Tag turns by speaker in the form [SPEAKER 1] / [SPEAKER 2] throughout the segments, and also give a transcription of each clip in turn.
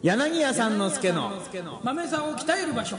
[SPEAKER 1] 柳家さんの助の
[SPEAKER 2] 豆さんを鍛える場所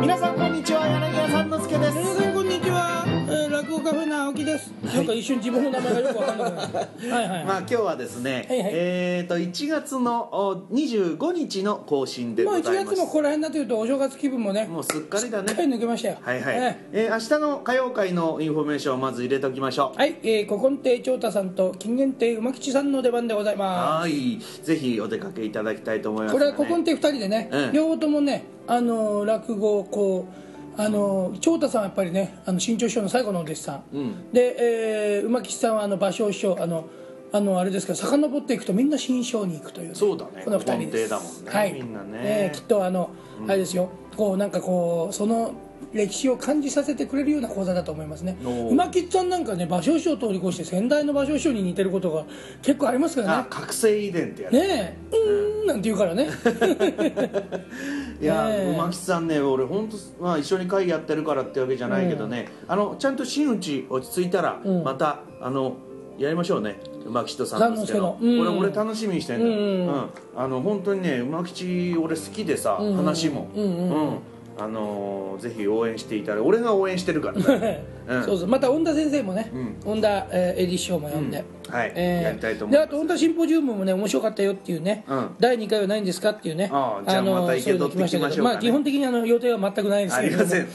[SPEAKER 1] 皆さんこんにちは柳家さんの助です
[SPEAKER 2] 皆さんこんにちは、えー、落語カフェの青木です、なんか一瞬自分の名前がよくわ かんなくなるはいはい、
[SPEAKER 1] まあ今日はですね、
[SPEAKER 2] はいはい
[SPEAKER 1] えっ、と1月のお25日の更新で
[SPEAKER 2] もう
[SPEAKER 1] ご
[SPEAKER 2] 1
[SPEAKER 1] ざいま
[SPEAKER 2] 月
[SPEAKER 1] す
[SPEAKER 2] もここら辺になっていうとお正月気分もね
[SPEAKER 1] もうすっかりだ
[SPEAKER 2] しっかり
[SPEAKER 1] ね
[SPEAKER 2] 抜けましたよ
[SPEAKER 1] はいはい、
[SPEAKER 2] え
[SPEAKER 1] えー明日の歌謡会のインフォメーションをまず入れておきましょ
[SPEAKER 2] ー
[SPEAKER 1] う
[SPEAKER 2] はい、えー、古今亭長太さんと金元亭馬吉さんの出番でございま
[SPEAKER 1] はいぜひお出かけいただきたいと思いますす、
[SPEAKER 2] これは古今亭2人でね、
[SPEAKER 1] うん
[SPEAKER 2] 両方ともねあのー落語をこうあのー長太さんはやっぱりねあの新潮師匠の最後のお弟子さん、
[SPEAKER 1] うん
[SPEAKER 2] で、えー、馬吉さんはあの芭蕉師匠あのあのあれですか遡っていくとみんな新章に行くという、ね
[SPEAKER 1] そうだね
[SPEAKER 2] この二人です
[SPEAKER 1] 根底だもんね
[SPEAKER 2] はい、
[SPEAKER 1] みんなね
[SPEAKER 2] えーきっとあの、あれですよこうなんかこうその歴史を感じさせてくれるような講座だと思いますね
[SPEAKER 1] おー
[SPEAKER 2] 馬吉さんなんかね芭蕉師匠を通り越して先代の芭蕉師匠に似てることが結構ありますから
[SPEAKER 1] あ
[SPEAKER 2] ね
[SPEAKER 1] 覚醒遺伝ってやつ、
[SPEAKER 2] ねえうーんなんて言うからね
[SPEAKER 1] いや
[SPEAKER 2] ねえ
[SPEAKER 1] ー馬吉さんね俺本当まあ一緒に会やってるからってわけじゃないけどね、あのちゃんと真打ち落ち着いたら、
[SPEAKER 2] うん
[SPEAKER 1] またあのやりましょうね馬吉とさんですけど
[SPEAKER 2] 三之助のうん
[SPEAKER 1] 俺俺楽しみにしてんだよ、
[SPEAKER 2] うん
[SPEAKER 1] う
[SPEAKER 2] うんん
[SPEAKER 1] あの本当にね馬吉俺好きでさ、
[SPEAKER 2] うん
[SPEAKER 1] 話も
[SPEAKER 2] うんうんう
[SPEAKER 1] あのーぜひ応援していただ俺が応援してるから ね、うん
[SPEAKER 2] そうそうまた恩田先生もね、
[SPEAKER 1] うん
[SPEAKER 2] 恩田、えー、エリ師匠も呼んで、
[SPEAKER 1] うんはい
[SPEAKER 2] えー
[SPEAKER 1] やりたいと思います
[SPEAKER 2] であと恩田シンポジウムもね面白かったよっていうね、
[SPEAKER 1] うん
[SPEAKER 2] 第2回はないんですかっていうね
[SPEAKER 1] ああじゃあ
[SPEAKER 2] の
[SPEAKER 1] また行けとって
[SPEAKER 2] そういうの来
[SPEAKER 1] 行きましょうかね
[SPEAKER 2] けどまあ基本的にあの予定は全くないです
[SPEAKER 1] あ
[SPEAKER 2] け
[SPEAKER 1] り
[SPEAKER 2] れ
[SPEAKER 1] ま
[SPEAKER 2] ども
[SPEAKER 1] せん。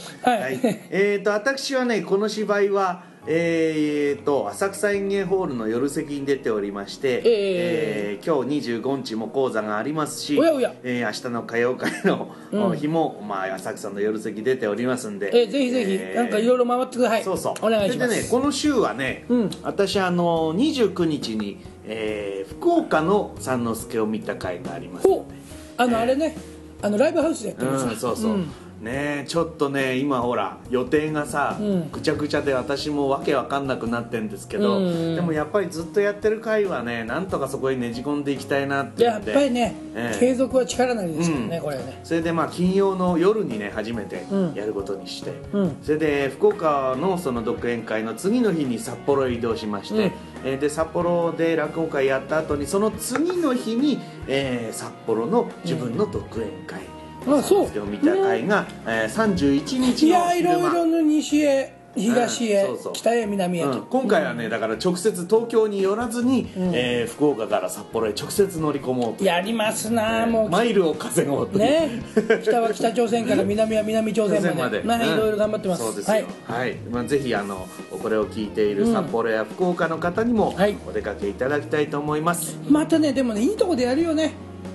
[SPEAKER 2] はい、
[SPEAKER 1] えっ、と私はねこの芝居はえー、と浅草園芸ホールの夜席に出ておりまして、
[SPEAKER 2] え
[SPEAKER 1] えー今日25日も講座がありますし、
[SPEAKER 2] おやおや
[SPEAKER 1] えー明日の歌謡会の、
[SPEAKER 2] うん
[SPEAKER 1] 日も、まあ、浅草の夜席出ておりますんで、
[SPEAKER 2] えーぜひぜひ、
[SPEAKER 1] えー
[SPEAKER 2] なんかいろいろ回ってください
[SPEAKER 1] そうそう
[SPEAKER 2] お願いしま
[SPEAKER 1] それ
[SPEAKER 2] す
[SPEAKER 1] でねこの週はね、
[SPEAKER 2] うん
[SPEAKER 1] 私あの29日に、えー福岡の三之助を見た会があります
[SPEAKER 2] おあの、あれねあのライブハウスでやってます、
[SPEAKER 1] うん、そうそう、
[SPEAKER 2] ん
[SPEAKER 1] ねえちょっとね今ほら予定がさ、
[SPEAKER 2] うん
[SPEAKER 1] ぐちゃぐちゃで私もわけわかんなくなってんですけど、
[SPEAKER 2] うんうん
[SPEAKER 1] でもやっぱりずっとやってる回はねなんとかそこにねじ込んでいきたいなってい
[SPEAKER 2] や
[SPEAKER 1] う
[SPEAKER 2] っ
[SPEAKER 1] んで
[SPEAKER 2] ぱりね、
[SPEAKER 1] ええ
[SPEAKER 2] 継続は力なりですからね、
[SPEAKER 1] うん
[SPEAKER 2] これはね
[SPEAKER 1] それでまあ金曜の夜にね初めて
[SPEAKER 2] うん
[SPEAKER 1] やることにして、
[SPEAKER 2] うん
[SPEAKER 1] それで福岡のその独演会の次の日に札幌へ移動しまして、
[SPEAKER 2] うん
[SPEAKER 1] えーで札幌で落語会やった後にその次の日に、えー札幌の自分の独演会、
[SPEAKER 2] うんあそう
[SPEAKER 1] を見た会が、えー31日
[SPEAKER 2] い
[SPEAKER 1] の
[SPEAKER 2] やい
[SPEAKER 1] 昼間
[SPEAKER 2] ろいろの西へ東へ、
[SPEAKER 1] うんそうそう
[SPEAKER 2] 北へ南へと、
[SPEAKER 1] うん今回はねだから直接東京に寄らずに、
[SPEAKER 2] うん
[SPEAKER 1] えー福岡から札幌へ直接乗り込もうと
[SPEAKER 2] やりますなあ、もう
[SPEAKER 1] マイルを稼ごうという
[SPEAKER 2] ね、北は北朝鮮から南は南朝鮮まで、まあ、
[SPEAKER 1] うん
[SPEAKER 2] いろいろ頑張ってます。
[SPEAKER 1] そうですよ
[SPEAKER 2] はい、
[SPEAKER 1] はい、まあ、ぜひあのこれを聞いている札幌や福岡の方にも
[SPEAKER 2] はい
[SPEAKER 1] お出かけいただきたいと思います、
[SPEAKER 2] またね、でもね、いいとこでやるよね。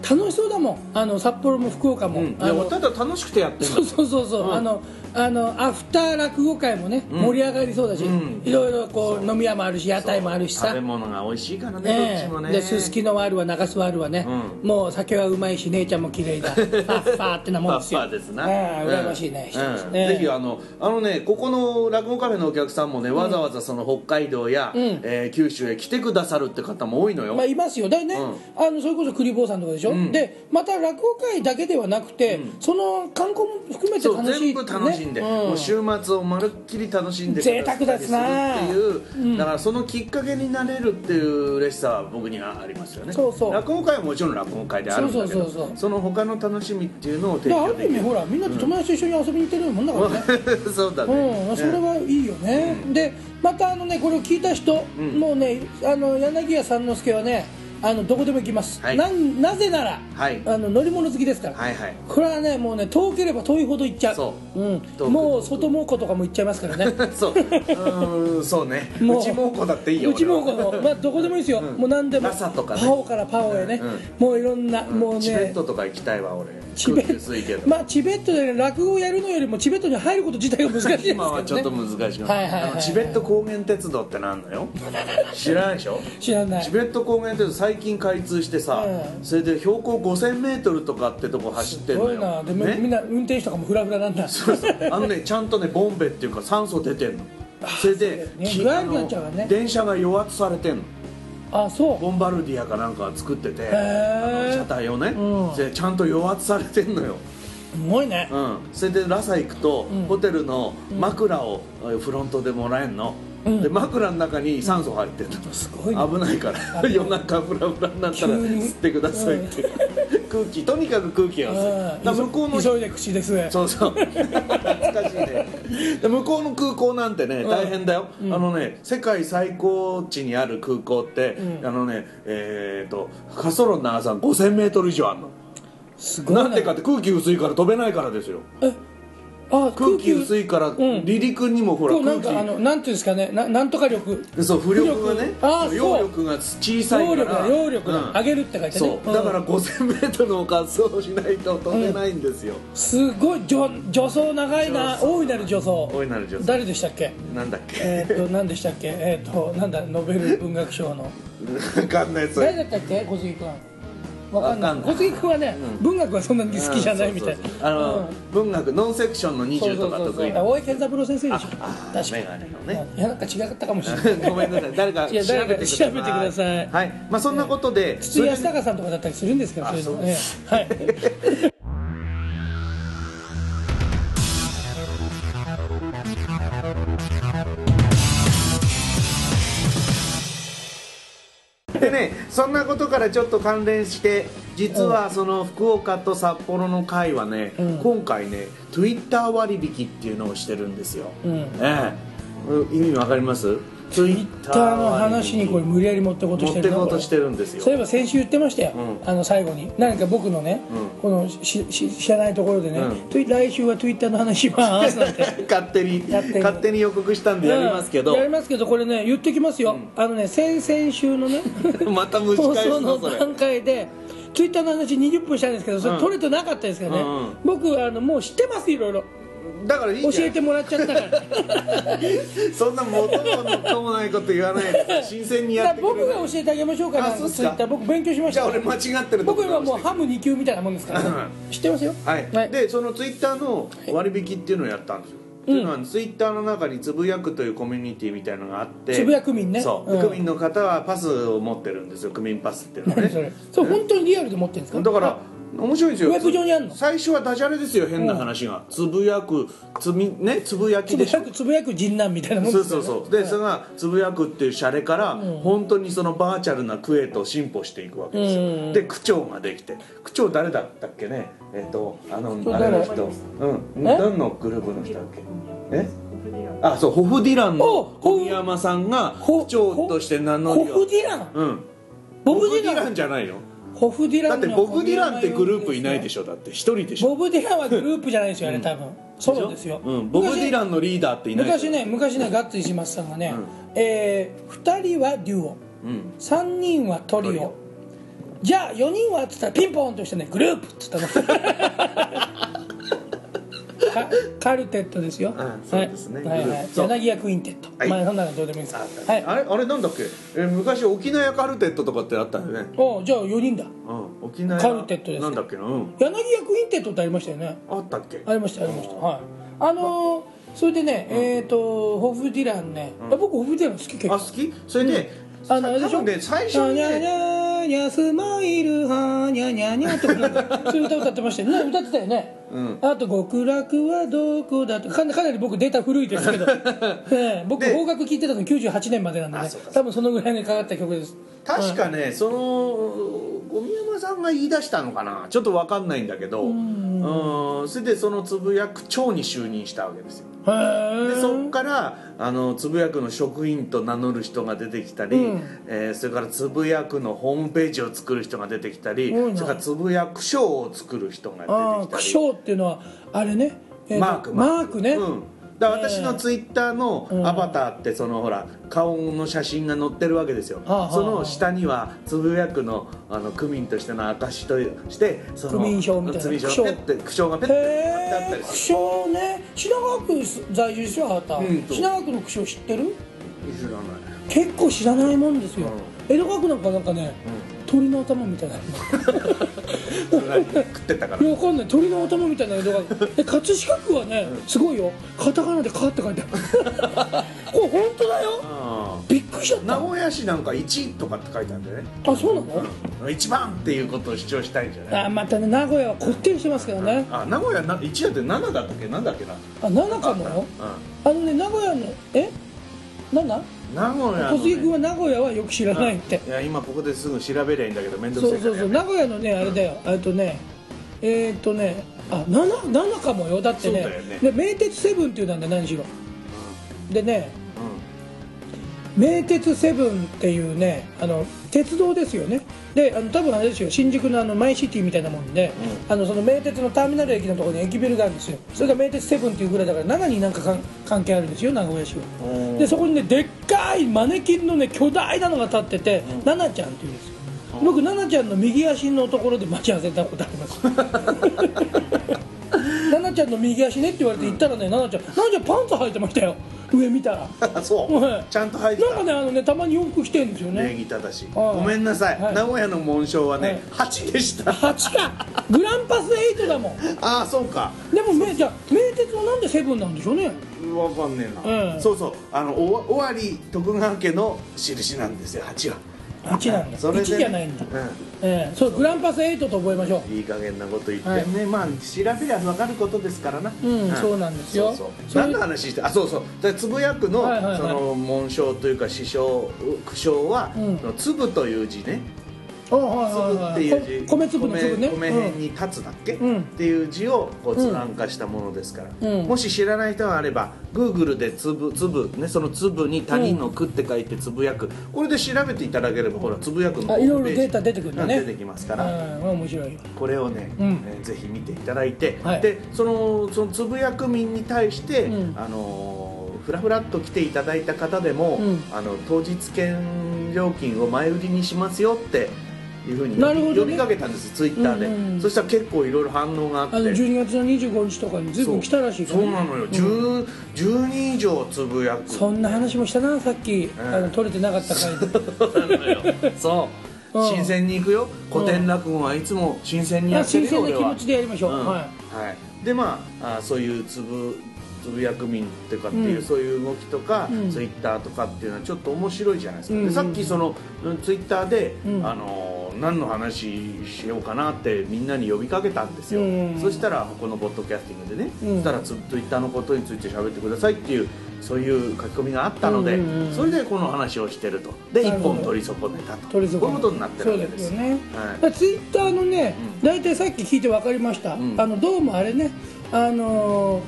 [SPEAKER 2] 楽しそうだもん、あの札幌も福岡も、
[SPEAKER 1] うん、い
[SPEAKER 2] あ
[SPEAKER 1] や
[SPEAKER 2] の。
[SPEAKER 1] ただ楽しくてやってるんだ
[SPEAKER 2] そうそうそうそう、
[SPEAKER 1] うん
[SPEAKER 2] あの、あのアフター落語会もね、
[SPEAKER 1] ん
[SPEAKER 2] 盛り上がりそうだし、
[SPEAKER 1] うん
[SPEAKER 2] いろいろこう飲み屋もあるし、屋台もあるし
[SPEAKER 1] 食
[SPEAKER 2] さ
[SPEAKER 1] べ。物が美味しいからね
[SPEAKER 2] ね
[SPEAKER 1] どっちも
[SPEAKER 2] え、
[SPEAKER 1] ね
[SPEAKER 2] で、すすきのワールは中洲ワールはね、
[SPEAKER 1] う
[SPEAKER 2] もう酒はうまいし、姉ちゃんも綺 麗だ。ファッファーってなもん
[SPEAKER 1] パ
[SPEAKER 2] です
[SPEAKER 1] ッ
[SPEAKER 2] よ。
[SPEAKER 1] パーですな、
[SPEAKER 2] ええ羨ましいね。人です
[SPEAKER 1] うん
[SPEAKER 2] ね
[SPEAKER 1] ぜひあのあのねここの落語カフェのお客さんもね、わざわざその北海道や、
[SPEAKER 2] うん
[SPEAKER 1] えー九州へ来てくださるって方も多いのよ、
[SPEAKER 2] まあ、いますよだよね、
[SPEAKER 1] うん
[SPEAKER 2] あのそれこそ栗坊さんとかでしょ、
[SPEAKER 1] ん
[SPEAKER 2] でまた落語会だけではなくて、その観光も含めて
[SPEAKER 1] そう
[SPEAKER 2] 楽しい
[SPEAKER 1] 全
[SPEAKER 2] って
[SPEAKER 1] 部
[SPEAKER 2] ね
[SPEAKER 1] 楽しんで、
[SPEAKER 2] う
[SPEAKER 1] もう週末をまるっきり楽しんでくださったりするっていう、だからそのきっかけになれるっていう嬉しさは僕にはありますよね
[SPEAKER 2] そうそう
[SPEAKER 1] 落語会はもちろん落語会であるんだけど
[SPEAKER 2] そうそうそうそう
[SPEAKER 1] の他の楽しみっていうのを提
[SPEAKER 2] であ
[SPEAKER 1] 供
[SPEAKER 2] る
[SPEAKER 1] で
[SPEAKER 2] 意
[SPEAKER 1] き
[SPEAKER 2] 味
[SPEAKER 1] る
[SPEAKER 2] ほらみんなと友達と一緒に遊びに行ってるようなもんだからね、
[SPEAKER 1] そうだね、
[SPEAKER 2] うん、それはいいよね、でまたあのねこれを聞いた人、
[SPEAKER 1] ん
[SPEAKER 2] もうねあの柳家三之助はねあのどこでも行きます、
[SPEAKER 1] はい
[SPEAKER 2] なんなぜなら、
[SPEAKER 1] はい
[SPEAKER 2] あの乗り物好きですから、
[SPEAKER 1] はいはい
[SPEAKER 2] これはねもうね遠ければ遠いほど行っちゃう
[SPEAKER 1] そう遠く
[SPEAKER 2] ん、もう外蒙古とかも行っちゃいますからね
[SPEAKER 1] そううーんそうね
[SPEAKER 2] もう
[SPEAKER 1] 内蒙古だっていいよ
[SPEAKER 2] うちもこ
[SPEAKER 1] 俺は
[SPEAKER 2] の、まあ、どこでもいいですよ、
[SPEAKER 1] うん
[SPEAKER 2] もう何でも
[SPEAKER 1] ラサとかね
[SPEAKER 2] パオからパオへね、
[SPEAKER 1] うんうん
[SPEAKER 2] もういろんな、もうね
[SPEAKER 1] チベットとか行きたいわ俺
[SPEAKER 2] チベ
[SPEAKER 1] 空気薄いけど、
[SPEAKER 2] まあチベットでね落語をやるのよりもチベットに入ること自体が難しいですけど、ね、
[SPEAKER 1] 今はちょっと難しく
[SPEAKER 2] はいはいはいはい
[SPEAKER 1] あのチベット高原鉄道ってなん だよ知らないでしょ
[SPEAKER 2] 知らない
[SPEAKER 1] チベット高原鉄道最近開通してさ、
[SPEAKER 2] うん
[SPEAKER 1] それで標高 5000m とかってとこ走って
[SPEAKER 2] す
[SPEAKER 1] んの
[SPEAKER 2] ごい
[SPEAKER 1] よ
[SPEAKER 2] なで、みみん
[SPEAKER 1] ね、
[SPEAKER 2] な運転手とかもフラフラなんだ
[SPEAKER 1] そうそう あのねちゃんとねボンベっていうか酸素出てんのそれで
[SPEAKER 2] そうだよね
[SPEAKER 1] き
[SPEAKER 2] 具合悪くなっちゃうからね
[SPEAKER 1] あの電車が弱圧されてんの
[SPEAKER 2] あそう
[SPEAKER 1] ボンバルディアかなんか作ってて
[SPEAKER 2] ー
[SPEAKER 1] あの車体をね、
[SPEAKER 2] うん
[SPEAKER 1] でちゃんと与圧されてんのよ、
[SPEAKER 2] すごいね
[SPEAKER 1] うん、それでラサ行くと、
[SPEAKER 2] ん
[SPEAKER 1] ホテルの枕をえフロントでもらえんの、
[SPEAKER 2] うん
[SPEAKER 1] で枕の中に酸素入ってる
[SPEAKER 2] すごいね
[SPEAKER 1] 危ないから
[SPEAKER 2] 危ない
[SPEAKER 1] 夜中フラフラになったら
[SPEAKER 2] 急に
[SPEAKER 1] 吸ってくださいって、空気とにかく空気が吸うだから向こうの
[SPEAKER 2] 急いで口です
[SPEAKER 1] そうそう懐かしいねで向こうの空港なんてね大変だよ、あのね世界最高地にある空港って、
[SPEAKER 2] うん
[SPEAKER 1] あのねえっ、と滑走路の長さ 5000m 以上あるの
[SPEAKER 2] すごいね
[SPEAKER 1] なんでかって空気薄いから飛べないからですよ
[SPEAKER 2] あ
[SPEAKER 1] 空気薄
[SPEAKER 2] い
[SPEAKER 1] いから離
[SPEAKER 2] ん
[SPEAKER 1] 陸にもほら
[SPEAKER 2] こうな
[SPEAKER 1] 空
[SPEAKER 2] ん
[SPEAKER 1] 気、
[SPEAKER 2] かあのなんていうんですかねななんとか力
[SPEAKER 1] でそう浮力がね
[SPEAKER 2] 浮力あー
[SPEAKER 1] そう
[SPEAKER 2] そう
[SPEAKER 1] 揚力が小さい
[SPEAKER 2] 揚
[SPEAKER 1] か
[SPEAKER 2] 力だ
[SPEAKER 1] ら
[SPEAKER 2] 揚力
[SPEAKER 1] う
[SPEAKER 2] だ
[SPEAKER 1] ん
[SPEAKER 2] 上げるって書いてね
[SPEAKER 1] そうだか
[SPEAKER 2] う
[SPEAKER 1] ら
[SPEAKER 2] ん
[SPEAKER 1] 5000m の滑走をしないと飛べないんですよ、
[SPEAKER 2] すごい助助走長いな
[SPEAKER 1] 助走
[SPEAKER 2] 大いなる助走
[SPEAKER 1] 大いなる助走
[SPEAKER 2] 誰でしたっけ
[SPEAKER 1] なんだっけ、
[SPEAKER 2] え ーっと何でしたっけえーっとなんだノベル文学賞の
[SPEAKER 1] わかんない そ
[SPEAKER 2] 誰だ
[SPEAKER 1] れ
[SPEAKER 2] ったっけ小杉君わかんな
[SPEAKER 1] わかん
[SPEAKER 2] い
[SPEAKER 1] ない
[SPEAKER 2] 小杉君はね
[SPEAKER 1] うん
[SPEAKER 2] 文学はそんなに好きじゃないみたい
[SPEAKER 1] うんそうそうそうあの、
[SPEAKER 2] うん
[SPEAKER 1] 文学ノンセクションの
[SPEAKER 2] そう
[SPEAKER 1] 20
[SPEAKER 2] そ
[SPEAKER 1] と
[SPEAKER 2] う
[SPEAKER 1] か
[SPEAKER 2] そうそ
[SPEAKER 1] 得
[SPEAKER 2] う
[SPEAKER 1] 意な
[SPEAKER 2] 大江健三郎先生でしょ
[SPEAKER 1] ああ
[SPEAKER 2] 確か
[SPEAKER 1] メガネのね
[SPEAKER 2] いやなんか違ったかもし れない
[SPEAKER 1] ごめんなさい誰か調
[SPEAKER 2] いや
[SPEAKER 1] べて
[SPEAKER 2] 誰か
[SPEAKER 1] ください
[SPEAKER 2] 調べてください
[SPEAKER 1] はいまあそんなことで、
[SPEAKER 2] 筒井康隆さんとかだったりするんですけど
[SPEAKER 1] あ
[SPEAKER 2] いうの
[SPEAKER 1] そうです
[SPEAKER 2] ええはい
[SPEAKER 1] でねそんなことからちょっと関連して実はその福岡と札幌の会はね、
[SPEAKER 2] うん
[SPEAKER 1] 今回ね Twitter 割引っていうのをしてるんですよ、
[SPEAKER 2] うん
[SPEAKER 1] ええう意味わかります
[SPEAKER 2] ツイッター
[SPEAKER 1] Twitter
[SPEAKER 2] の話にこれ無理やり持ってこうと
[SPEAKER 1] 持
[SPEAKER 2] し
[SPEAKER 1] ってて
[SPEAKER 2] るな
[SPEAKER 1] こうと
[SPEAKER 2] れ
[SPEAKER 1] してるんですよ
[SPEAKER 2] そういえば先週言ってましたよ、
[SPEAKER 1] う
[SPEAKER 2] あの最後に何か僕のね、
[SPEAKER 1] うん
[SPEAKER 2] このしし知らないところでね、
[SPEAKER 1] うん
[SPEAKER 2] ツイ来週はツイッターの話しますなんて
[SPEAKER 1] 勝手に
[SPEAKER 2] やってる
[SPEAKER 1] 勝手に予告したん でやりますけど、
[SPEAKER 2] うんやりますけどこれね言っときますよ、あのね先々週のね
[SPEAKER 1] また蒸し
[SPEAKER 2] 放
[SPEAKER 1] 返
[SPEAKER 2] 送の
[SPEAKER 1] すのそれ
[SPEAKER 2] 段階でツイッターの話20分したんですけどそれ取れてなかったですからね、
[SPEAKER 1] うんうん
[SPEAKER 2] 僕あのもう知ってますいろいろ
[SPEAKER 1] だからいいじゃ
[SPEAKER 2] 教
[SPEAKER 1] ん
[SPEAKER 2] えてもらっち ゃったから
[SPEAKER 1] そんな元も元もないこと言わないで新鮮に
[SPEAKER 2] だか
[SPEAKER 1] やっ
[SPEAKER 2] ら
[SPEAKER 1] てく
[SPEAKER 2] 僕
[SPEAKER 1] れ
[SPEAKER 2] が
[SPEAKER 1] ない
[SPEAKER 2] 教えてあげましょうか
[SPEAKER 1] あ
[SPEAKER 2] な
[SPEAKER 1] そうっす
[SPEAKER 2] ツ
[SPEAKER 1] か
[SPEAKER 2] イッター僕勉強しまし
[SPEAKER 1] じゃ
[SPEAKER 2] た
[SPEAKER 1] あ
[SPEAKER 2] から
[SPEAKER 1] 俺間違ってるとこ
[SPEAKER 2] 僕今
[SPEAKER 1] 直して
[SPEAKER 2] もうハム2級みたいなもんですから、ね、知ってますよ
[SPEAKER 1] はい、でそのツイッターの割引っていうのをやったんですよ、っていうのはツイッターの中につぶやくというコミュニティみたいのがあって
[SPEAKER 2] つぶやく民ね
[SPEAKER 1] そう、
[SPEAKER 2] うん
[SPEAKER 1] 区民の方はパスを持ってるんですよ区民パスっていうのは
[SPEAKER 2] 何それ
[SPEAKER 1] ね
[SPEAKER 2] それ本当にリアルで持ってるんですか
[SPEAKER 1] だから面白いんですよ
[SPEAKER 2] ウェブ上にあんの
[SPEAKER 1] 最初はダジャレですよ変な話が、つぶやくつみねつぶや
[SPEAKER 2] つ
[SPEAKER 1] き
[SPEAKER 2] ぶ
[SPEAKER 1] でしょ
[SPEAKER 2] やくつぶやく人なんみたいなもん
[SPEAKER 1] そ
[SPEAKER 2] で
[SPEAKER 1] う
[SPEAKER 2] す
[SPEAKER 1] そ
[SPEAKER 2] よ
[SPEAKER 1] う
[SPEAKER 2] ね
[SPEAKER 1] そうでそれがつぶやくっていうシャレから、本当にそのバーチャルなクエと進歩していくわけですよ、
[SPEAKER 2] うんうんうん
[SPEAKER 1] で区長ができて区長誰だったっけねえっ、とあの
[SPEAKER 2] 長
[SPEAKER 1] あれの
[SPEAKER 2] 誰
[SPEAKER 1] 人うん
[SPEAKER 2] え
[SPEAKER 1] 何のグループの人だっけえあそうホフディラン
[SPEAKER 2] お
[SPEAKER 1] の
[SPEAKER 2] ホフ
[SPEAKER 1] 小宮山さんが
[SPEAKER 2] ほ
[SPEAKER 1] 区長として名乗
[SPEAKER 2] ホ
[SPEAKER 1] りを
[SPEAKER 2] フディラン
[SPEAKER 1] うん
[SPEAKER 2] ボ
[SPEAKER 1] ホ
[SPEAKER 2] ブ
[SPEAKER 1] フ
[SPEAKER 2] デ
[SPEAKER 1] デ
[SPEAKER 2] ィ
[SPEAKER 1] ィ
[SPEAKER 2] ラ
[SPEAKER 1] ラ
[SPEAKER 2] ン
[SPEAKER 1] ンじゃないよ
[SPEAKER 2] ホフディ
[SPEAKER 1] だ
[SPEAKER 2] ラ
[SPEAKER 1] っ
[SPEAKER 2] ン
[SPEAKER 1] てボブ・ディランってグループいないで
[SPEAKER 2] し
[SPEAKER 1] しょだって一人でしょ
[SPEAKER 2] ボブディランはグループじゃないですよあれ多分そうですよ、
[SPEAKER 1] うん、ボブ・ディラ
[SPEAKER 2] ン
[SPEAKER 1] ンのリーダーっていないでし
[SPEAKER 2] 昔
[SPEAKER 1] ょ
[SPEAKER 2] ね昔ねガッツ石松さんがね、えー、2人はデュオ
[SPEAKER 1] うん
[SPEAKER 2] 3人はト
[SPEAKER 1] ト
[SPEAKER 2] リ
[SPEAKER 1] リ
[SPEAKER 2] オ
[SPEAKER 1] オ
[SPEAKER 2] じゃあ4人はっつったらピンポーンとしてねグループっつった のかカルテットですよ
[SPEAKER 1] あそうですね
[SPEAKER 2] はいはいはい
[SPEAKER 1] グループそう
[SPEAKER 2] 柳家クインテット、
[SPEAKER 1] はい
[SPEAKER 2] まあそんなのどうでもいいです
[SPEAKER 1] あ,、
[SPEAKER 2] はい
[SPEAKER 1] れあれなんだっけ、え昔沖縄カルテットとかってあったよね
[SPEAKER 2] おじゃあ4人だ
[SPEAKER 1] うん、沖縄
[SPEAKER 2] カルテットです
[SPEAKER 1] なんだっけな、うん、
[SPEAKER 2] 柳家クインテットってありましたよね
[SPEAKER 1] あったっけ
[SPEAKER 2] ありましたありましたはいあのーそれでね、えっ、とホフディランね、あ僕ホフディラン好き結
[SPEAKER 1] あ
[SPEAKER 2] 構
[SPEAKER 1] 好きそれで、
[SPEAKER 2] あのあれでし
[SPEAKER 1] 多
[SPEAKER 2] ょ
[SPEAKER 1] 分ね最初に
[SPEAKER 2] にゃに
[SPEAKER 1] ね
[SPEAKER 2] ゃにゃスマイルはにゃにゃにゃとかなんかそういう歌歌ってましたよ ね歌ってたよね、
[SPEAKER 1] うん
[SPEAKER 2] あと極楽はどこだとかなかなり僕データ古いです けど、ええ僕
[SPEAKER 1] で
[SPEAKER 2] 邦楽聴いてたの98年までなんで、ね
[SPEAKER 1] あそうか、
[SPEAKER 2] 多分そのぐらいにかかった曲です
[SPEAKER 1] 確かねその小宮山さんが言い出したのかなちょっと分かんないんだけどうんそれでそのつぶやく長に就任したわけですよ
[SPEAKER 2] へ
[SPEAKER 1] でそ
[SPEAKER 2] え
[SPEAKER 1] こからあのつぶやくの職員と名乗る人が出てきたり、
[SPEAKER 2] うん
[SPEAKER 1] えーそれからつぶやくのホームページを作る人が出てきたり
[SPEAKER 2] 多いな
[SPEAKER 1] それからつぶやく賞を作る人が
[SPEAKER 2] ああ
[SPEAKER 1] 出て
[SPEAKER 2] 苦
[SPEAKER 1] きたり
[SPEAKER 2] 笑っていうのはあれね、えと
[SPEAKER 1] マーク
[SPEAKER 2] マークね、
[SPEAKER 1] うんだから私のツイッターのアバターってそのほら顔の写真が載ってるわけですよ、
[SPEAKER 2] はあはあ
[SPEAKER 1] その下にはつぶやくのあの区民としての証としてその
[SPEAKER 2] 区民票みたいな
[SPEAKER 1] 区民
[SPEAKER 2] 区
[SPEAKER 1] 票
[SPEAKER 2] 章
[SPEAKER 1] ペッて区章がペッて貼ってあった
[SPEAKER 2] へえ
[SPEAKER 1] りす
[SPEAKER 2] 苦笑ね品川区在住でしょあなた、
[SPEAKER 1] うんそう
[SPEAKER 2] 品川区の苦笑知ってる
[SPEAKER 1] る知らない
[SPEAKER 2] 結構知らないもんですよ、
[SPEAKER 1] う
[SPEAKER 2] 江戸川区なんかなんかね、鳥の頭みたいな
[SPEAKER 1] 食ってたから
[SPEAKER 2] いやわかんない鳥の頭みたいな江戸川区 で葛飾区 はね、すごいよカタカナで「カ」って書いてあるこれ本当だよ
[SPEAKER 1] ああ
[SPEAKER 2] 「びっくりしちゃった
[SPEAKER 1] 名古屋市なんか1とかって書いてあるんだよね
[SPEAKER 2] あそうなの
[SPEAKER 1] 一番っていうことを主張したいんじゃない
[SPEAKER 2] あまたね名古屋はこってりしてますけどね
[SPEAKER 1] あ名古屋な1だって7だったっけなんだっけな
[SPEAKER 2] あ7かもよあのね名古屋のえ 7?
[SPEAKER 1] うん名古屋のね
[SPEAKER 2] 小杉君は名古屋はよく知らないって
[SPEAKER 1] いや今ここですぐ調べりゃいいんだけど面倒
[SPEAKER 2] そ
[SPEAKER 1] く
[SPEAKER 2] う
[SPEAKER 1] さ
[SPEAKER 2] そ
[SPEAKER 1] いうから
[SPEAKER 2] そう名古屋のねあれだよえっとねえーっとねあ七七かもよだってね
[SPEAKER 1] そうだよね
[SPEAKER 2] で名鉄セブンっていうなんだ何しろでね
[SPEAKER 1] うんうん
[SPEAKER 2] 名鉄セブンっていうねあの鉄道ですよねであの多分あれですよ新宿のあのマイシティみたいなもんで、あのその名鉄のターミナル駅のところに駅ビルがあるんですよそれが名鉄セブンっていうぐらいだから7になんかかん関係あるんですよ名古屋市は
[SPEAKER 1] おー
[SPEAKER 2] でそこにねでっかいマネキンのね巨大なのが立ってて、ナナちゃんっていうんですよ僕ナナちゃんの右足のところで待ち合わせたことあります ナナちゃんの右足ねって言われて行ったらね、ナナちゃんナナちゃんパンツ履いてましたよ上見たら
[SPEAKER 1] あそう、
[SPEAKER 2] はい
[SPEAKER 1] ちゃん と入って
[SPEAKER 2] なん
[SPEAKER 1] た
[SPEAKER 2] かねあのねたまに洋服着てるんですよ
[SPEAKER 1] 礼
[SPEAKER 2] ね
[SPEAKER 1] 儀正しい
[SPEAKER 2] はい
[SPEAKER 1] ごめんなさい、
[SPEAKER 2] はい
[SPEAKER 1] 名古屋の紋章はね、
[SPEAKER 2] はい
[SPEAKER 1] 8でした
[SPEAKER 2] 8かグランパス8だもん
[SPEAKER 1] ああそうか
[SPEAKER 2] でもめじゃあ名鉄はなんでセブンなんでしょうね
[SPEAKER 1] わかんねえな、
[SPEAKER 2] うん
[SPEAKER 1] そうそうあのおわ尾張徳川家の印なんですよ8は
[SPEAKER 2] 8なんだ、
[SPEAKER 1] それで
[SPEAKER 2] 1じゃないんだ、
[SPEAKER 1] う
[SPEAKER 2] ええそうグランパス8と覚えましょうん
[SPEAKER 1] いい加減なこと言ってね、
[SPEAKER 2] はい
[SPEAKER 1] まあ調べりゃ分かることですからな、
[SPEAKER 2] うんそうなんですよ
[SPEAKER 1] そうそう
[SPEAKER 2] それ
[SPEAKER 1] 何の話してあそうそうでつぶやくの、
[SPEAKER 2] はいはいはい
[SPEAKER 1] その紋章というか師匠苦笑は、
[SPEAKER 2] うん
[SPEAKER 1] その粒という字ね
[SPEAKER 2] あはいはい
[SPEAKER 1] 粒っ
[SPEAKER 2] は
[SPEAKER 1] て
[SPEAKER 2] い
[SPEAKER 1] いう字
[SPEAKER 2] こ米粒の粒ね
[SPEAKER 1] 米米辺に立つだっけ、
[SPEAKER 2] うん
[SPEAKER 1] っていう字をこう図案化したものですから、
[SPEAKER 2] うん
[SPEAKER 1] もし知らない人があれば Google で粒粒ねその粒に他人の句って書いてつぶやくこれで調べていただければほらつぶやくの
[SPEAKER 2] あいろいろ
[SPEAKER 1] ホームページ
[SPEAKER 2] データ出てくるんだね
[SPEAKER 1] 出てきます
[SPEAKER 2] う
[SPEAKER 1] か
[SPEAKER 2] ん
[SPEAKER 1] ら、
[SPEAKER 2] うん面白いよ
[SPEAKER 1] これをね、
[SPEAKER 2] うん
[SPEAKER 1] えーぜひ見ていただいて、
[SPEAKER 2] はい
[SPEAKER 1] でそのそのつぶやく民に対して、
[SPEAKER 2] うん
[SPEAKER 1] あのーふらふらっと来ていただいた方でも、
[SPEAKER 2] うん
[SPEAKER 1] あの当日券料金を前売りにしますよっていうふうに呼
[SPEAKER 2] なる
[SPEAKER 1] び,、
[SPEAKER 2] ほどね
[SPEAKER 1] かけたんですツイッターで、
[SPEAKER 2] うんうんうん
[SPEAKER 1] そしたら結構いろいろ反応があって
[SPEAKER 2] あの12月の25日とかにずいぶん来たらしいか
[SPEAKER 1] そう
[SPEAKER 2] らね
[SPEAKER 1] そうなのよ、
[SPEAKER 2] ん
[SPEAKER 1] 10 10人以上つぶやく
[SPEAKER 2] そんな話もしたなさっき、あの取れてなかった回で
[SPEAKER 1] そうなのよそう、
[SPEAKER 2] うん
[SPEAKER 1] 新鮮に行くよ古典落語 はいつも新鮮にや
[SPEAKER 2] あ
[SPEAKER 1] って
[SPEAKER 2] 新
[SPEAKER 1] るよ
[SPEAKER 2] 鮮な
[SPEAKER 1] 俺
[SPEAKER 2] 気
[SPEAKER 1] は
[SPEAKER 2] 持ちでやりましょう、
[SPEAKER 1] うん
[SPEAKER 2] は
[SPEAKER 1] はい、でまああそういうつぶつぶやく民とかっていう、
[SPEAKER 2] うん
[SPEAKER 1] そういう動きとか、
[SPEAKER 2] うん
[SPEAKER 1] ツイッターとかっていうのはちょっと面白いじゃないですか、
[SPEAKER 2] うんうん
[SPEAKER 1] でさっきそのうんツイッターで、
[SPEAKER 2] うん
[SPEAKER 1] あのー何の話しようかなってみんなに呼びかけたんですよ、
[SPEAKER 2] うん
[SPEAKER 1] そしたらこのポッドキャスティングでね、
[SPEAKER 2] うん
[SPEAKER 1] そしたらツツイッターのことについて喋ってくださいっていうそういう書き込みがあったので、
[SPEAKER 2] うんうんうん
[SPEAKER 1] それでこの話をしてるとで
[SPEAKER 2] な
[SPEAKER 1] 一
[SPEAKER 2] るほど
[SPEAKER 1] 本取り損ねたと
[SPEAKER 2] 取り損ねた
[SPEAKER 1] こういうことになってるわけです
[SPEAKER 2] そうですよね
[SPEAKER 1] は
[SPEAKER 2] だ
[SPEAKER 1] い
[SPEAKER 2] からツイッターのね
[SPEAKER 1] うん
[SPEAKER 2] 大体、さっき聞いて分かりました、
[SPEAKER 1] うん
[SPEAKER 2] あのどうもあれねあの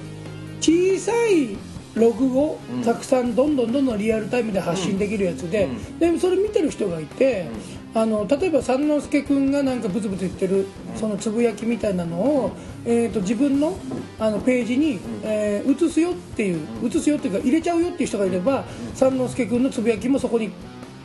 [SPEAKER 2] ー小さいログを
[SPEAKER 1] うん
[SPEAKER 2] たくさんどんどんどんどんリアルタイムで発信できるやつで,、
[SPEAKER 1] うん
[SPEAKER 2] でそれ見てる人がいて、あの例えば三之助君がなんかブツブツ言ってるそのつぶやきみたいなのを、えー、と自分のあのページに、えー移すよっていう移すよっていうか入れちゃうよっていう人がいれば、三之助君のつぶやきもそこに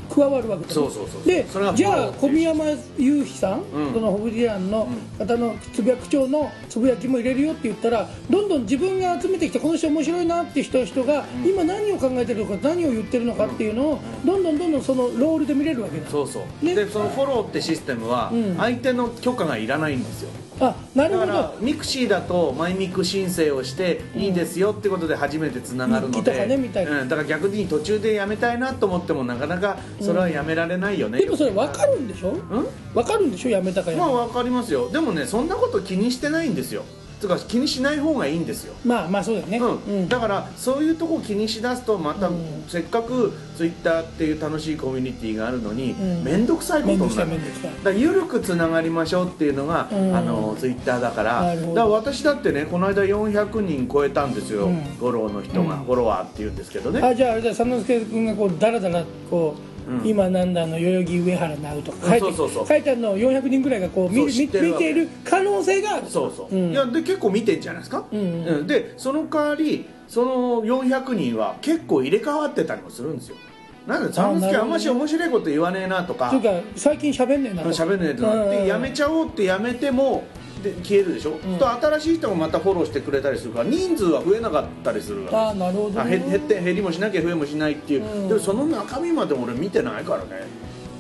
[SPEAKER 2] 加わるわけです
[SPEAKER 1] そうそうそうそう
[SPEAKER 2] で
[SPEAKER 1] それが
[SPEAKER 2] じゃ
[SPEAKER 1] 不安
[SPEAKER 2] あ
[SPEAKER 1] 定
[SPEAKER 2] 小宮山雄飛さん、
[SPEAKER 1] ん
[SPEAKER 2] そのホブリアンの方のつぶやき長のつぶやきも入れるよって言ったらどんどん自分が集めてきてこの人面白いなって人人が今何を考えてるのか何を言ってるのかっていうのをどんどんどんどんそのロールで見れるわけだ
[SPEAKER 1] そうそう、
[SPEAKER 2] ね
[SPEAKER 1] でそのフォローってシステムは
[SPEAKER 2] うん
[SPEAKER 1] 相手の許可がいらないんですよ、
[SPEAKER 2] あなる
[SPEAKER 1] だ
[SPEAKER 2] ほ
[SPEAKER 1] から
[SPEAKER 2] ど
[SPEAKER 1] ミクシーだとマイミク申請をしていいですよってことで初めてつながるの
[SPEAKER 2] 日記
[SPEAKER 1] で、
[SPEAKER 2] とかねみたいな
[SPEAKER 1] うん、だから逆に途中でやめたいなと思ってもなかなかそれはやめられないよね、
[SPEAKER 2] でもそれ分かるんでしょ
[SPEAKER 1] うん
[SPEAKER 2] 分かるんでしょやめたかやめ
[SPEAKER 1] まあわかりますよでもねそんなこと気にしてないんですよつうか気にしない方がいいんですよ
[SPEAKER 2] まあまあそうだよね
[SPEAKER 1] う
[SPEAKER 2] う
[SPEAKER 1] ん
[SPEAKER 2] ん
[SPEAKER 1] だからそういうとこ気にしだすとまた、
[SPEAKER 2] うん
[SPEAKER 1] せっかくツイッターっていう楽しいコミュニティがあるのに
[SPEAKER 2] ん
[SPEAKER 1] 面倒、くさいことになる
[SPEAKER 2] 面倒くさい面倒くさい
[SPEAKER 1] だから緩くつながりましょうっていうのが、
[SPEAKER 2] うん
[SPEAKER 1] あのツイッターだから
[SPEAKER 2] な
[SPEAKER 1] だ
[SPEAKER 2] るほ
[SPEAKER 1] か
[SPEAKER 2] ど
[SPEAKER 1] ら私だってねこの間400人超えたんですよ、
[SPEAKER 2] うん
[SPEAKER 1] フォローの人が、
[SPEAKER 2] うん
[SPEAKER 1] フォロワーっていうんですけどね
[SPEAKER 2] あじゃああれだ三之助君がこうだらだらこう、
[SPEAKER 1] うん
[SPEAKER 2] 今なんだあの代々木上原なうとか書いて
[SPEAKER 1] うんそうそうそう
[SPEAKER 2] 書いてあるのを400人ぐらいがこう見
[SPEAKER 1] そう
[SPEAKER 2] 見
[SPEAKER 1] 知ってる
[SPEAKER 2] 見
[SPEAKER 1] わけ
[SPEAKER 2] ている可能性がある
[SPEAKER 1] そうそう、
[SPEAKER 2] うん
[SPEAKER 1] いやで結構見てんじゃないですか、
[SPEAKER 2] うんうん
[SPEAKER 1] でその代わりその400人は結構入れ替わってたりもするんですよなんで三之助あんまし面白いこと言わねえなとか
[SPEAKER 2] というか最近喋んねえなと
[SPEAKER 1] 喋んねえとなっ
[SPEAKER 2] う
[SPEAKER 1] て
[SPEAKER 2] ん
[SPEAKER 1] やめちゃおうってやめてもで消えるでしょ、
[SPEAKER 2] ん
[SPEAKER 1] と新しい人もまたフォローしてくれたりするから人数は増えなかったりする
[SPEAKER 2] あ
[SPEAKER 1] わ
[SPEAKER 2] あなるほ
[SPEAKER 1] け
[SPEAKER 2] ど
[SPEAKER 1] あ
[SPEAKER 2] ね、
[SPEAKER 1] 減減って減りもしなきゃ増えもしないっていう、
[SPEAKER 2] うん
[SPEAKER 1] でもその中身まで俺見てないからね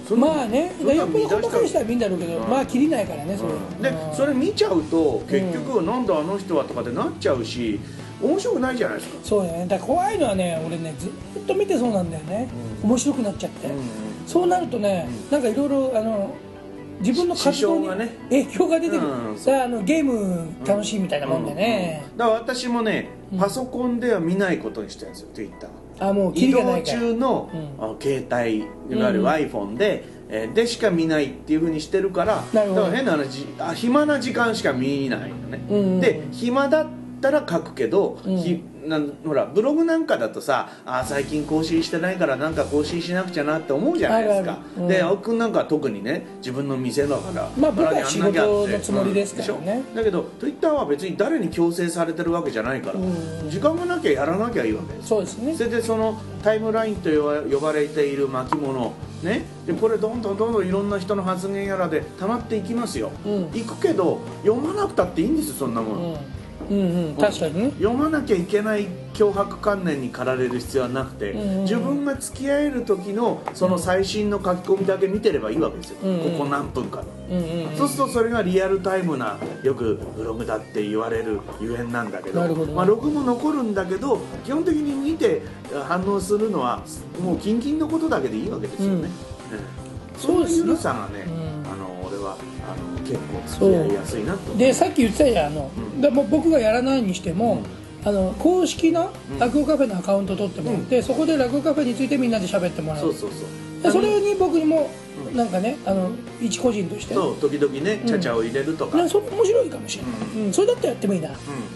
[SPEAKER 1] そんな
[SPEAKER 2] まあね
[SPEAKER 1] そんな
[SPEAKER 2] よっ
[SPEAKER 1] の
[SPEAKER 2] ぽ
[SPEAKER 1] 見
[SPEAKER 2] ど
[SPEAKER 1] 出した
[SPEAKER 2] 細かい人は見んだろうけど、
[SPEAKER 1] うん
[SPEAKER 2] まあ切りないからねそれ、
[SPEAKER 1] で
[SPEAKER 2] うん
[SPEAKER 1] それ見ちゃうと結局なんだあの人はとかってなっちゃうし、面白くないじゃないですか
[SPEAKER 2] そうやねだから怖いのはね俺ねずっと見てそうなんだよね、面白くなっちゃって、
[SPEAKER 1] ん
[SPEAKER 2] そうなるとね、なんかいろいろあの自分の活動
[SPEAKER 1] 支
[SPEAKER 2] に
[SPEAKER 1] 障がね
[SPEAKER 2] 影響が出てくる、
[SPEAKER 1] うん
[SPEAKER 2] さああのゲーム楽しいみたいなもんでね、
[SPEAKER 1] だから私もねパソコンでは見ないことにしてるんですよ Twitter
[SPEAKER 2] あもうキ
[SPEAKER 1] 移
[SPEAKER 2] リがな
[SPEAKER 1] 動
[SPEAKER 2] いから
[SPEAKER 1] 中の、
[SPEAKER 2] う
[SPEAKER 1] あ携帯いわゆる iPhone で、えーでしか見ないっていうふうにしてるから
[SPEAKER 2] なるほど
[SPEAKER 1] だから変な話あ暇な時間しか見ないのね、
[SPEAKER 2] うんうんうん
[SPEAKER 1] で暇だったら書くけど、
[SPEAKER 2] うん
[SPEAKER 1] ひなんほらブログなんかだとさあー最近更新してないからなんか更新しなくちゃなって思うじゃないですか
[SPEAKER 2] あるあるうん
[SPEAKER 1] で青木君なんか特にね自分の店だから
[SPEAKER 2] まあ僕は
[SPEAKER 1] あれやんなきゃって
[SPEAKER 2] 仕事のつもりですからね
[SPEAKER 1] うんでしょだけど Twitter は別に誰に強制されてるわけじゃないから、
[SPEAKER 2] うん
[SPEAKER 1] 時間がなきゃやらなきゃいいわけですよ
[SPEAKER 2] そうですね
[SPEAKER 1] それでそのタイムラインと呼ば呼ばれている巻物ねでこれどんどんどんどんいろんな人の発言やらで溜まっていきますよ、
[SPEAKER 2] うん
[SPEAKER 1] 行くけど読まなくたっていいんですよそんなもん、
[SPEAKER 2] うん、うんうん確かにね
[SPEAKER 1] 読まなきゃいけない脅迫観念に駆られる必要はなくて、
[SPEAKER 2] うんうん
[SPEAKER 1] 自分が付き合える時のその最新の書き込みだけ見てればいいわけですよ、
[SPEAKER 2] うんうん
[SPEAKER 1] ここ何分かの
[SPEAKER 2] うんうんうん
[SPEAKER 1] そうするとそれがリアルタイムなよくブログだって言われるゆえんなんだけど
[SPEAKER 2] なるほど
[SPEAKER 1] まあ、録も残るんだけど基本的に見て反応するのはもうキンキンのことだけでいいわけですよね、
[SPEAKER 2] うん
[SPEAKER 1] うん
[SPEAKER 2] そうですね
[SPEAKER 1] その緩さがね、
[SPEAKER 2] うん
[SPEAKER 1] あの俺はあの結構付き合いやすいなと
[SPEAKER 2] でさっき言ってたやんあの、
[SPEAKER 1] うん
[SPEAKER 2] でもう僕がやらないにしても、あの公式な落語カフェのアカウント取ってもらって、そこで落語カフェについてみんなで喋ってもら
[SPEAKER 1] そう
[SPEAKER 2] う
[SPEAKER 1] そうそう
[SPEAKER 2] でそれに僕にも
[SPEAKER 1] うん
[SPEAKER 2] なんかねあの一個人として
[SPEAKER 1] そう時々ねちゃちゃを入れるとか、
[SPEAKER 2] なんかそれ面白いかもしれない、うんそれだったらやってもいいな、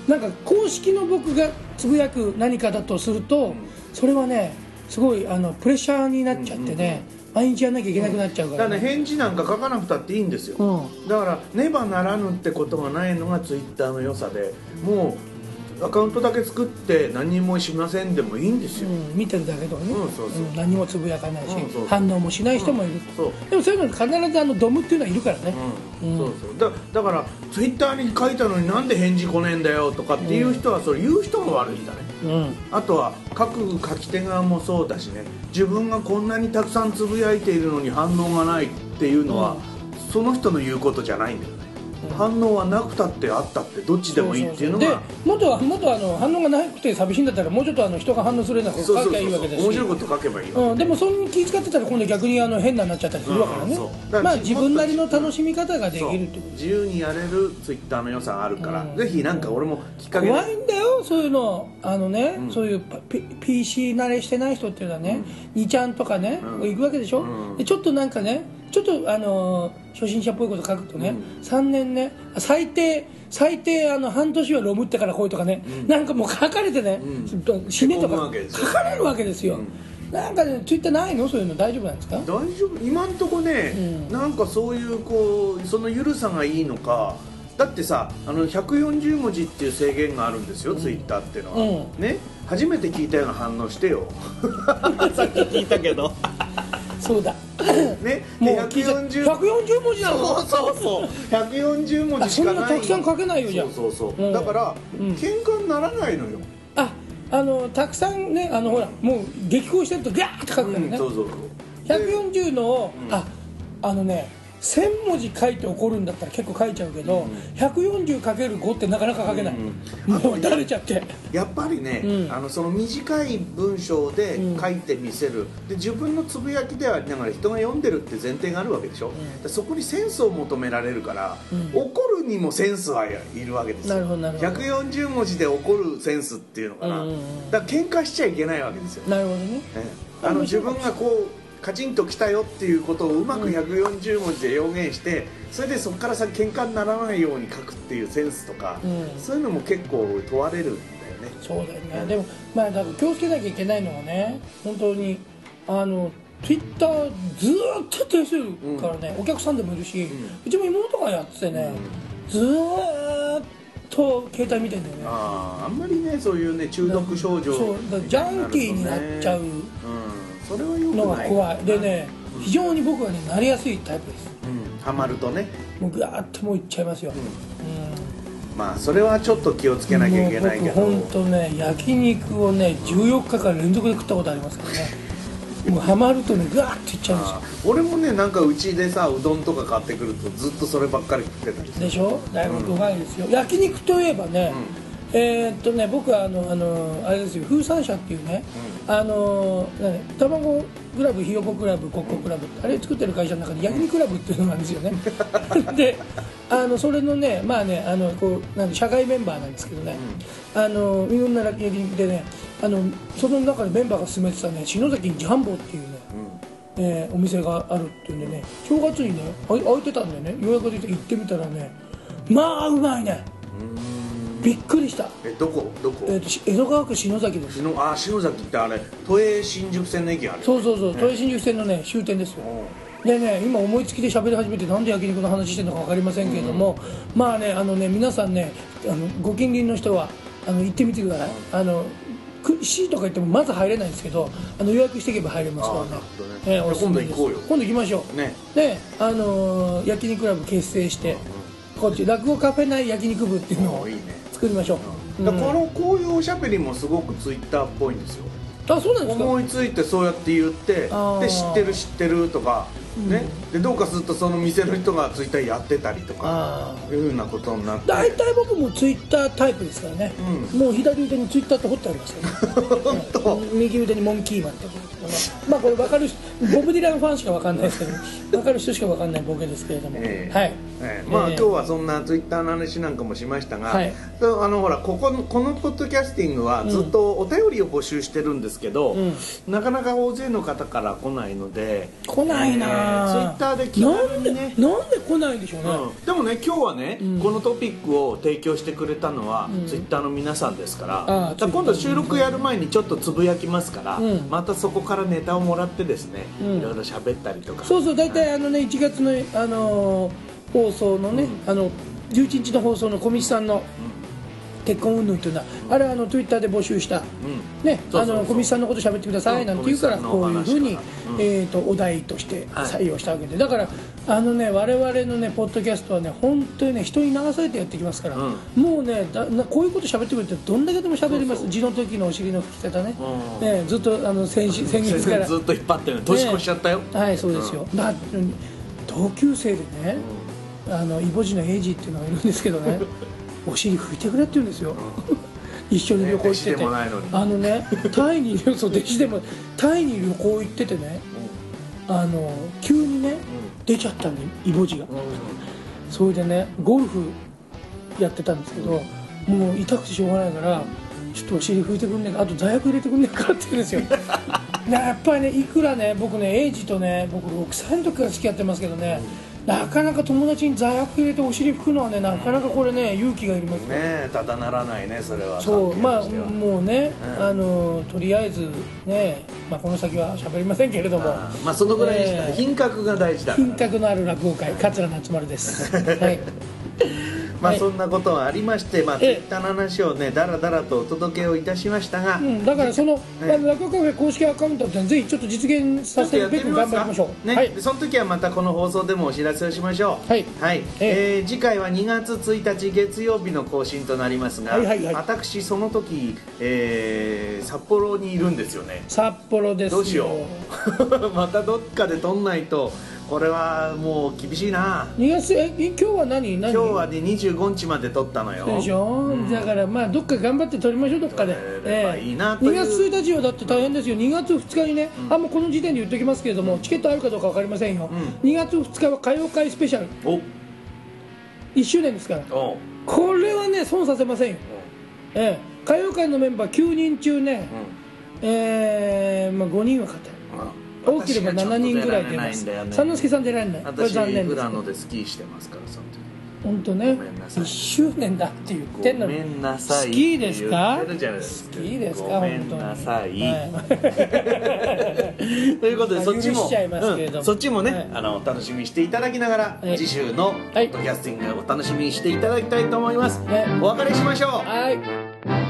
[SPEAKER 2] なんか公式の僕がつぶやく何かだとすると、
[SPEAKER 1] ん
[SPEAKER 2] それはねすごいあのプレッシャーになっちゃってね、毎日やんなきゃいけなくなっちゃう
[SPEAKER 1] だ
[SPEAKER 2] か
[SPEAKER 1] か
[SPEAKER 2] ら
[SPEAKER 1] らね
[SPEAKER 2] ね、
[SPEAKER 1] 返事なんか書かなくたっていいんですよ、
[SPEAKER 2] うん
[SPEAKER 1] だからねばならぬってことがないのがツイッターの良さでもうアカウントだけ作って何もしませんでもいいんですよ、
[SPEAKER 2] うん見てるだけとかね、
[SPEAKER 1] うんそうそうん
[SPEAKER 2] 何もつぶやかないし、
[SPEAKER 1] うんそうそう
[SPEAKER 2] 反応もしない人もいると、
[SPEAKER 1] そう
[SPEAKER 2] でもそういうのに必ずあのドムっていうのはいるからね、
[SPEAKER 1] うん
[SPEAKER 2] うん
[SPEAKER 1] そうそうだだからツイッターに書いたのになんで返事来ねえんだよとかっていう人はそれ言う人が悪いんだね
[SPEAKER 2] うん
[SPEAKER 1] あとは書く書き手側もそうだしね自分がこんなにたくさんつぶやいているのに反応がないっていうのは、その人の言うことじゃないんだよね、反応はなくたってあったってどっちでもいいっていうのが
[SPEAKER 2] でもっともっとあの反応がなくて寂しいんだったらもうちょっとあの人が反応するようなこと
[SPEAKER 1] そう
[SPEAKER 2] 書
[SPEAKER 1] そ
[SPEAKER 2] き
[SPEAKER 1] う
[SPEAKER 2] ゃ
[SPEAKER 1] そう
[SPEAKER 2] いいわけだし
[SPEAKER 1] 面白いこと書けばいいわけ、
[SPEAKER 2] うん、でもそんなに気遣ってたら今度逆にあの変なになっちゃったりするわからね、
[SPEAKER 1] うんそうだから
[SPEAKER 2] まあ自分なりの楽しみ方ができるってこ
[SPEAKER 1] 自由にやれるツイッターの良さがあるから、
[SPEAKER 2] うん
[SPEAKER 1] ぜひなんか俺もきっ
[SPEAKER 2] と
[SPEAKER 1] かけで
[SPEAKER 2] 怖いんだよそういうのあのね、
[SPEAKER 1] ん
[SPEAKER 2] そういうパピ PC 慣れしてない人っていうのはね、2ちゃんとかね、
[SPEAKER 1] うん
[SPEAKER 2] 行くわけでしょ、
[SPEAKER 1] うん
[SPEAKER 2] でちょっとなんかねちょっとあのー初心者っぽいこと書くとね、
[SPEAKER 1] う
[SPEAKER 2] 3年ね最低最低あの半年はロムってから来いとかね、なんかもう書かれてね、
[SPEAKER 1] う
[SPEAKER 2] 死ねと
[SPEAKER 1] へこむ
[SPEAKER 2] か
[SPEAKER 1] わけです
[SPEAKER 2] 書
[SPEAKER 1] よ
[SPEAKER 2] かれるわけですよ、なんかねツイッターないのそういうの大丈夫なんですか
[SPEAKER 1] 大丈夫今んとこね、
[SPEAKER 2] うん
[SPEAKER 1] なんかそういうこうその緩さがいいのかだってさあの140文字っていう制限があるんですよ、ツイッターっていうのは、ね初めて聞いたような反応し てよさっき聞いたけど
[SPEAKER 2] そうだ
[SPEAKER 1] ね
[SPEAKER 2] もう
[SPEAKER 1] で140
[SPEAKER 2] 140文字なの
[SPEAKER 1] そうそうそう140文字し
[SPEAKER 2] あそ
[SPEAKER 1] かない
[SPEAKER 2] んなたくさん書けないよじゃあ
[SPEAKER 1] そうそうそう、
[SPEAKER 2] うん
[SPEAKER 1] だから、
[SPEAKER 2] うん
[SPEAKER 1] 喧嘩にならないのよ、
[SPEAKER 2] ああのたくさんねあのほらもう激高してるとギャーって書くから
[SPEAKER 1] うん
[SPEAKER 2] ね、
[SPEAKER 1] そうそうそうで
[SPEAKER 2] 140のを、ああのね1000文字書いて怒るんだったら結構書いちゃうけど、140×5 ってなかなか書けない、
[SPEAKER 1] うん
[SPEAKER 2] もうだれちゃって
[SPEAKER 1] やっぱりね、
[SPEAKER 2] うん
[SPEAKER 1] あのその短い文章で書いてみせる、で自分のつぶやきではありながら人が読んでるって前提があるわけでしょ、でそこにセンスを求められるから、怒るにもセンスはいるわけですよ
[SPEAKER 2] なるほどなるほど
[SPEAKER 1] 140文字で怒るセンスっていうのかな、
[SPEAKER 2] うんうんうん
[SPEAKER 1] だから喧嘩しちゃいけないわけですよ、
[SPEAKER 2] なるほどね
[SPEAKER 1] ねあの自分がこうカチンときたよっていうことをうまく140文字で表現して、それでそこからさ喧嘩にならないように書くっていうセンスとか、
[SPEAKER 2] うん
[SPEAKER 1] そういうのも結構問われるんだよね
[SPEAKER 2] そうだよね、でもまあだから気をつけなきゃいけないのはね本当にあのツイッターずーっとやってる人いるからね、お客さんでもいるし、うんちも妹がやっててね、ずーっと携帯見てんだよね
[SPEAKER 1] あーあんまりねそういうね中毒症状
[SPEAKER 2] そうだからジャンキーになっちゃう
[SPEAKER 1] うんそれはよく
[SPEAKER 2] の
[SPEAKER 1] な
[SPEAKER 2] が
[SPEAKER 1] い
[SPEAKER 2] 怖いでね非常に僕はねなりやすいタイプです
[SPEAKER 1] うんハマるとね
[SPEAKER 2] もうガーッともういっちゃいますよ、うん
[SPEAKER 1] まあそれはちょっと気をつけなきゃいけないけど
[SPEAKER 2] もう僕本当ね焼肉をね14日間連続で食ったことありますからねもうハマるとねガーッといっちゃうんですよ
[SPEAKER 1] あー俺もねなんかうちでさうどんとか買ってくるとずっとそればっかり食ってたりする
[SPEAKER 2] でしょだいぶ怖いですよ、焼肉といえばね、えーっとね僕はあのあのあれですよ風産社っていうね、あの何卵クラブひよこクラブコッコクラブあれ作ってる会社の中で焼肉クラブっていうのがあるんですよね であのそれのねまあねあのこうなん社外メンバーなんですけどね、あのいろんな焼肉でねあのその中でメンバーが勧めてたね篠崎にジャンボっていうね、えーお店があるっていうんでね正月にねあい開いてたんだよね予約できて行ってみたらねまあうまいねびっくりした、
[SPEAKER 1] えどこどこ
[SPEAKER 2] えー、とし江戸川区篠崎です
[SPEAKER 1] 篠あ篠崎ってあれ都営新宿線の駅ある
[SPEAKER 2] そうそうそう豊洲新宿線のね終点ですよでね今思いつきで喋り始めてなんで焼肉の話してるのか分かりませんけれども、まあねあのね皆さんねあのご近隣の人はあの行ってみてくださいあのく C とか言ってもまず入れないんですけどあの予約していけば入れますからね
[SPEAKER 1] あーなるほどねじゃあ
[SPEAKER 2] おすすめです
[SPEAKER 1] 今度行こうよ
[SPEAKER 2] 今度行きましょう
[SPEAKER 1] ね
[SPEAKER 2] ねあのー焼肉クラブ結成してこっち落語カフェ内焼肉部っていうの
[SPEAKER 1] お
[SPEAKER 2] を
[SPEAKER 1] ーいいね
[SPEAKER 2] 作りましょう、
[SPEAKER 1] だ
[SPEAKER 2] う
[SPEAKER 1] か
[SPEAKER 2] ん
[SPEAKER 1] らこのこういうおしゃべりもすごくツイッターっぽいんですよ
[SPEAKER 2] あそうなんですか
[SPEAKER 1] 思いついてそうやって言ってで
[SPEAKER 2] あー
[SPEAKER 1] 知ってる知ってるとかねでどうかするとその店の人がツイッターやってたりとか
[SPEAKER 2] あ
[SPEAKER 1] いうふうなことになって
[SPEAKER 2] 大体僕もツイッタータイプですからね、もう左腕にツイッターって掘ってありますから、 ね、右腕にモンキーマンってまあこれ分かる人ボブ・ディランファンしか分かんないですけど 分かる人しか分かんないボケですけれども、
[SPEAKER 1] ええ
[SPEAKER 2] はい、
[SPEAKER 1] ええまあ、
[SPEAKER 2] ええ
[SPEAKER 1] 今日はそんなツイッターの話なんかもしましたが、
[SPEAKER 2] はい
[SPEAKER 1] そうあのほらここのこのポッドキャスティングはずっとお便りを募集してるんですけど、
[SPEAKER 2] ん
[SPEAKER 1] なかなか大勢の方から来ないので
[SPEAKER 2] 来ないな
[SPEAKER 1] ツイッター Twitter で気軽に
[SPEAKER 2] なん
[SPEAKER 1] ね
[SPEAKER 2] でなんで来ないんでしょうね、
[SPEAKER 1] うん、でもね今日はね、このトピックを提供してくれたのは、ツイッターの皆さんですから
[SPEAKER 2] ああ
[SPEAKER 1] だから今度収録やる前にちょっとつぶやきますから、
[SPEAKER 2] うん
[SPEAKER 1] またそこからネタをもらってですね、
[SPEAKER 2] ん
[SPEAKER 1] いろいろ喋ったりとか
[SPEAKER 2] そうそう大体あのね1月の、あのー放送のね、あの11日の放送の小道さんの結婚云々というのはあれはあのツイッターで募集した、ね
[SPEAKER 1] そう
[SPEAKER 2] あ
[SPEAKER 1] そうそう
[SPEAKER 2] の小道さんのこと喋ってくださいなんて言うから
[SPEAKER 1] うん
[SPEAKER 2] こういうふうに
[SPEAKER 1] 小道さんのお話からうん
[SPEAKER 2] えーとお題として
[SPEAKER 1] はい
[SPEAKER 2] 採用したわけでだからあのね我々のねポッドキャストはね本当にね人に流されてやってきますから
[SPEAKER 1] う
[SPEAKER 2] もうねだなこういうこと喋ってくれてどんだけでも喋ります地の時のお尻の拭き方ね
[SPEAKER 1] うん
[SPEAKER 2] ねずっとあの先週先
[SPEAKER 1] 先
[SPEAKER 2] 月か
[SPEAKER 1] 生
[SPEAKER 2] ら
[SPEAKER 1] ずっと引っ張ってるの年越しちゃったよ、
[SPEAKER 2] はいそうですよ、だ同級生でね、あのイボジのエイジっていうのがいるんですけど ねお尻拭いてくれって言うんですよ、 一緒に旅行して
[SPEAKER 1] ね弟子で
[SPEAKER 2] て、
[SPEAKER 1] もないのに
[SPEAKER 2] あのねタイに そう弟子でもタイに旅行行っててねあの急にね、出ちゃったのイボジが、それでねゴルフやってたんですけど、もう痛くてしょうがないからちょっとお尻拭いてくんねえかあと座薬入れてくんねえかって言うん ですよなやっぱりねいくらね僕ねエイジとね僕6歳の時から付き合ってますけどね、なかなか友達に座薬入れてお尻拭くのはねなかなかこれね勇気がいりますね
[SPEAKER 1] ねえただならないねそれは
[SPEAKER 2] そうまあ
[SPEAKER 1] 関係としては
[SPEAKER 2] もうね、
[SPEAKER 1] うん
[SPEAKER 2] あのとりあえずね、まあ、この先は喋りませんけれども
[SPEAKER 1] ああまあそのぐらいにしか、
[SPEAKER 2] ええ
[SPEAKER 1] 品格が大事だから
[SPEAKER 2] 品格のある落語会桂夏丸 です、はい、
[SPEAKER 1] まあ
[SPEAKER 2] はい
[SPEAKER 1] そんなことはありまして、まあ、ツイ
[SPEAKER 2] ええ
[SPEAKER 1] ッターの話をねだらだらとお届けをいたしましたが、
[SPEAKER 2] うん、だからその、
[SPEAKER 1] ええ
[SPEAKER 2] あの落語カフェ公式アカウントってぜひちょっと実現
[SPEAKER 1] ち
[SPEAKER 2] さ
[SPEAKER 1] ょっと
[SPEAKER 2] せ
[SPEAKER 1] や
[SPEAKER 2] る
[SPEAKER 1] っ
[SPEAKER 2] べ
[SPEAKER 1] てみ
[SPEAKER 2] く
[SPEAKER 1] ま
[SPEAKER 2] 頑
[SPEAKER 1] す
[SPEAKER 2] 張り
[SPEAKER 1] か
[SPEAKER 2] ましょう、
[SPEAKER 1] ね
[SPEAKER 2] はい
[SPEAKER 1] でその時はまたこの放送でもお知らせをしましょう
[SPEAKER 2] はい
[SPEAKER 1] え
[SPEAKER 2] え
[SPEAKER 1] ー次回は2月1日月曜日の更新となりますが、
[SPEAKER 2] はいはいはい
[SPEAKER 1] 私その時、えー札幌にいるんですよね
[SPEAKER 2] 札幌です
[SPEAKER 1] どうしよう またどっかで撮んないとこれはもう厳しいな
[SPEAKER 2] 2月え今日は何
[SPEAKER 1] 今
[SPEAKER 2] 何
[SPEAKER 1] 日はね25日まで撮ったのよ
[SPEAKER 2] でしょ、だからまあどっか頑張って撮りましょうどっかで、
[SPEAKER 1] 撮れればいいなとい
[SPEAKER 2] 2
[SPEAKER 1] う
[SPEAKER 2] 月1日はだって大変ですよ2月2日にね、あもうこの時点で言っときますけれどもチケットあるかどうか分かりませんよ、
[SPEAKER 1] う
[SPEAKER 2] 2月2日は歌謡会スペシャル
[SPEAKER 1] お
[SPEAKER 2] 1周年ですから
[SPEAKER 1] お
[SPEAKER 2] これはね損させませんよ、ええ、歌謡界のメンバー9人中ね、えーまあ、5人は勝てる多ければ7人ぐらい出ます三之助さん出られないこれ
[SPEAKER 1] 私
[SPEAKER 2] 残念
[SPEAKER 1] 富
[SPEAKER 2] です
[SPEAKER 1] 良野でスキーしてますからその時
[SPEAKER 2] 本当ね
[SPEAKER 1] ごめんなさい
[SPEAKER 2] 1周年だって言ってんの
[SPEAKER 1] ご
[SPEAKER 2] に
[SPEAKER 1] めんなさい
[SPEAKER 2] 好きですか
[SPEAKER 1] って言ってるじゃないです
[SPEAKER 2] 好
[SPEAKER 1] か
[SPEAKER 2] きですか
[SPEAKER 1] ごめんなさい、
[SPEAKER 2] 本当に はい
[SPEAKER 1] ということで
[SPEAKER 2] まあ
[SPEAKER 1] そっち
[SPEAKER 2] 許
[SPEAKER 1] も
[SPEAKER 2] しちゃいますけれども
[SPEAKER 1] うんそっちもね、
[SPEAKER 2] はい
[SPEAKER 1] あの楽しみにしていただきながら、
[SPEAKER 2] はい
[SPEAKER 1] 次週のポ
[SPEAKER 2] はい
[SPEAKER 1] ッドキャスティングをお楽しみにしていただきたいと思います、
[SPEAKER 2] はい
[SPEAKER 1] お別れしましょう
[SPEAKER 2] はい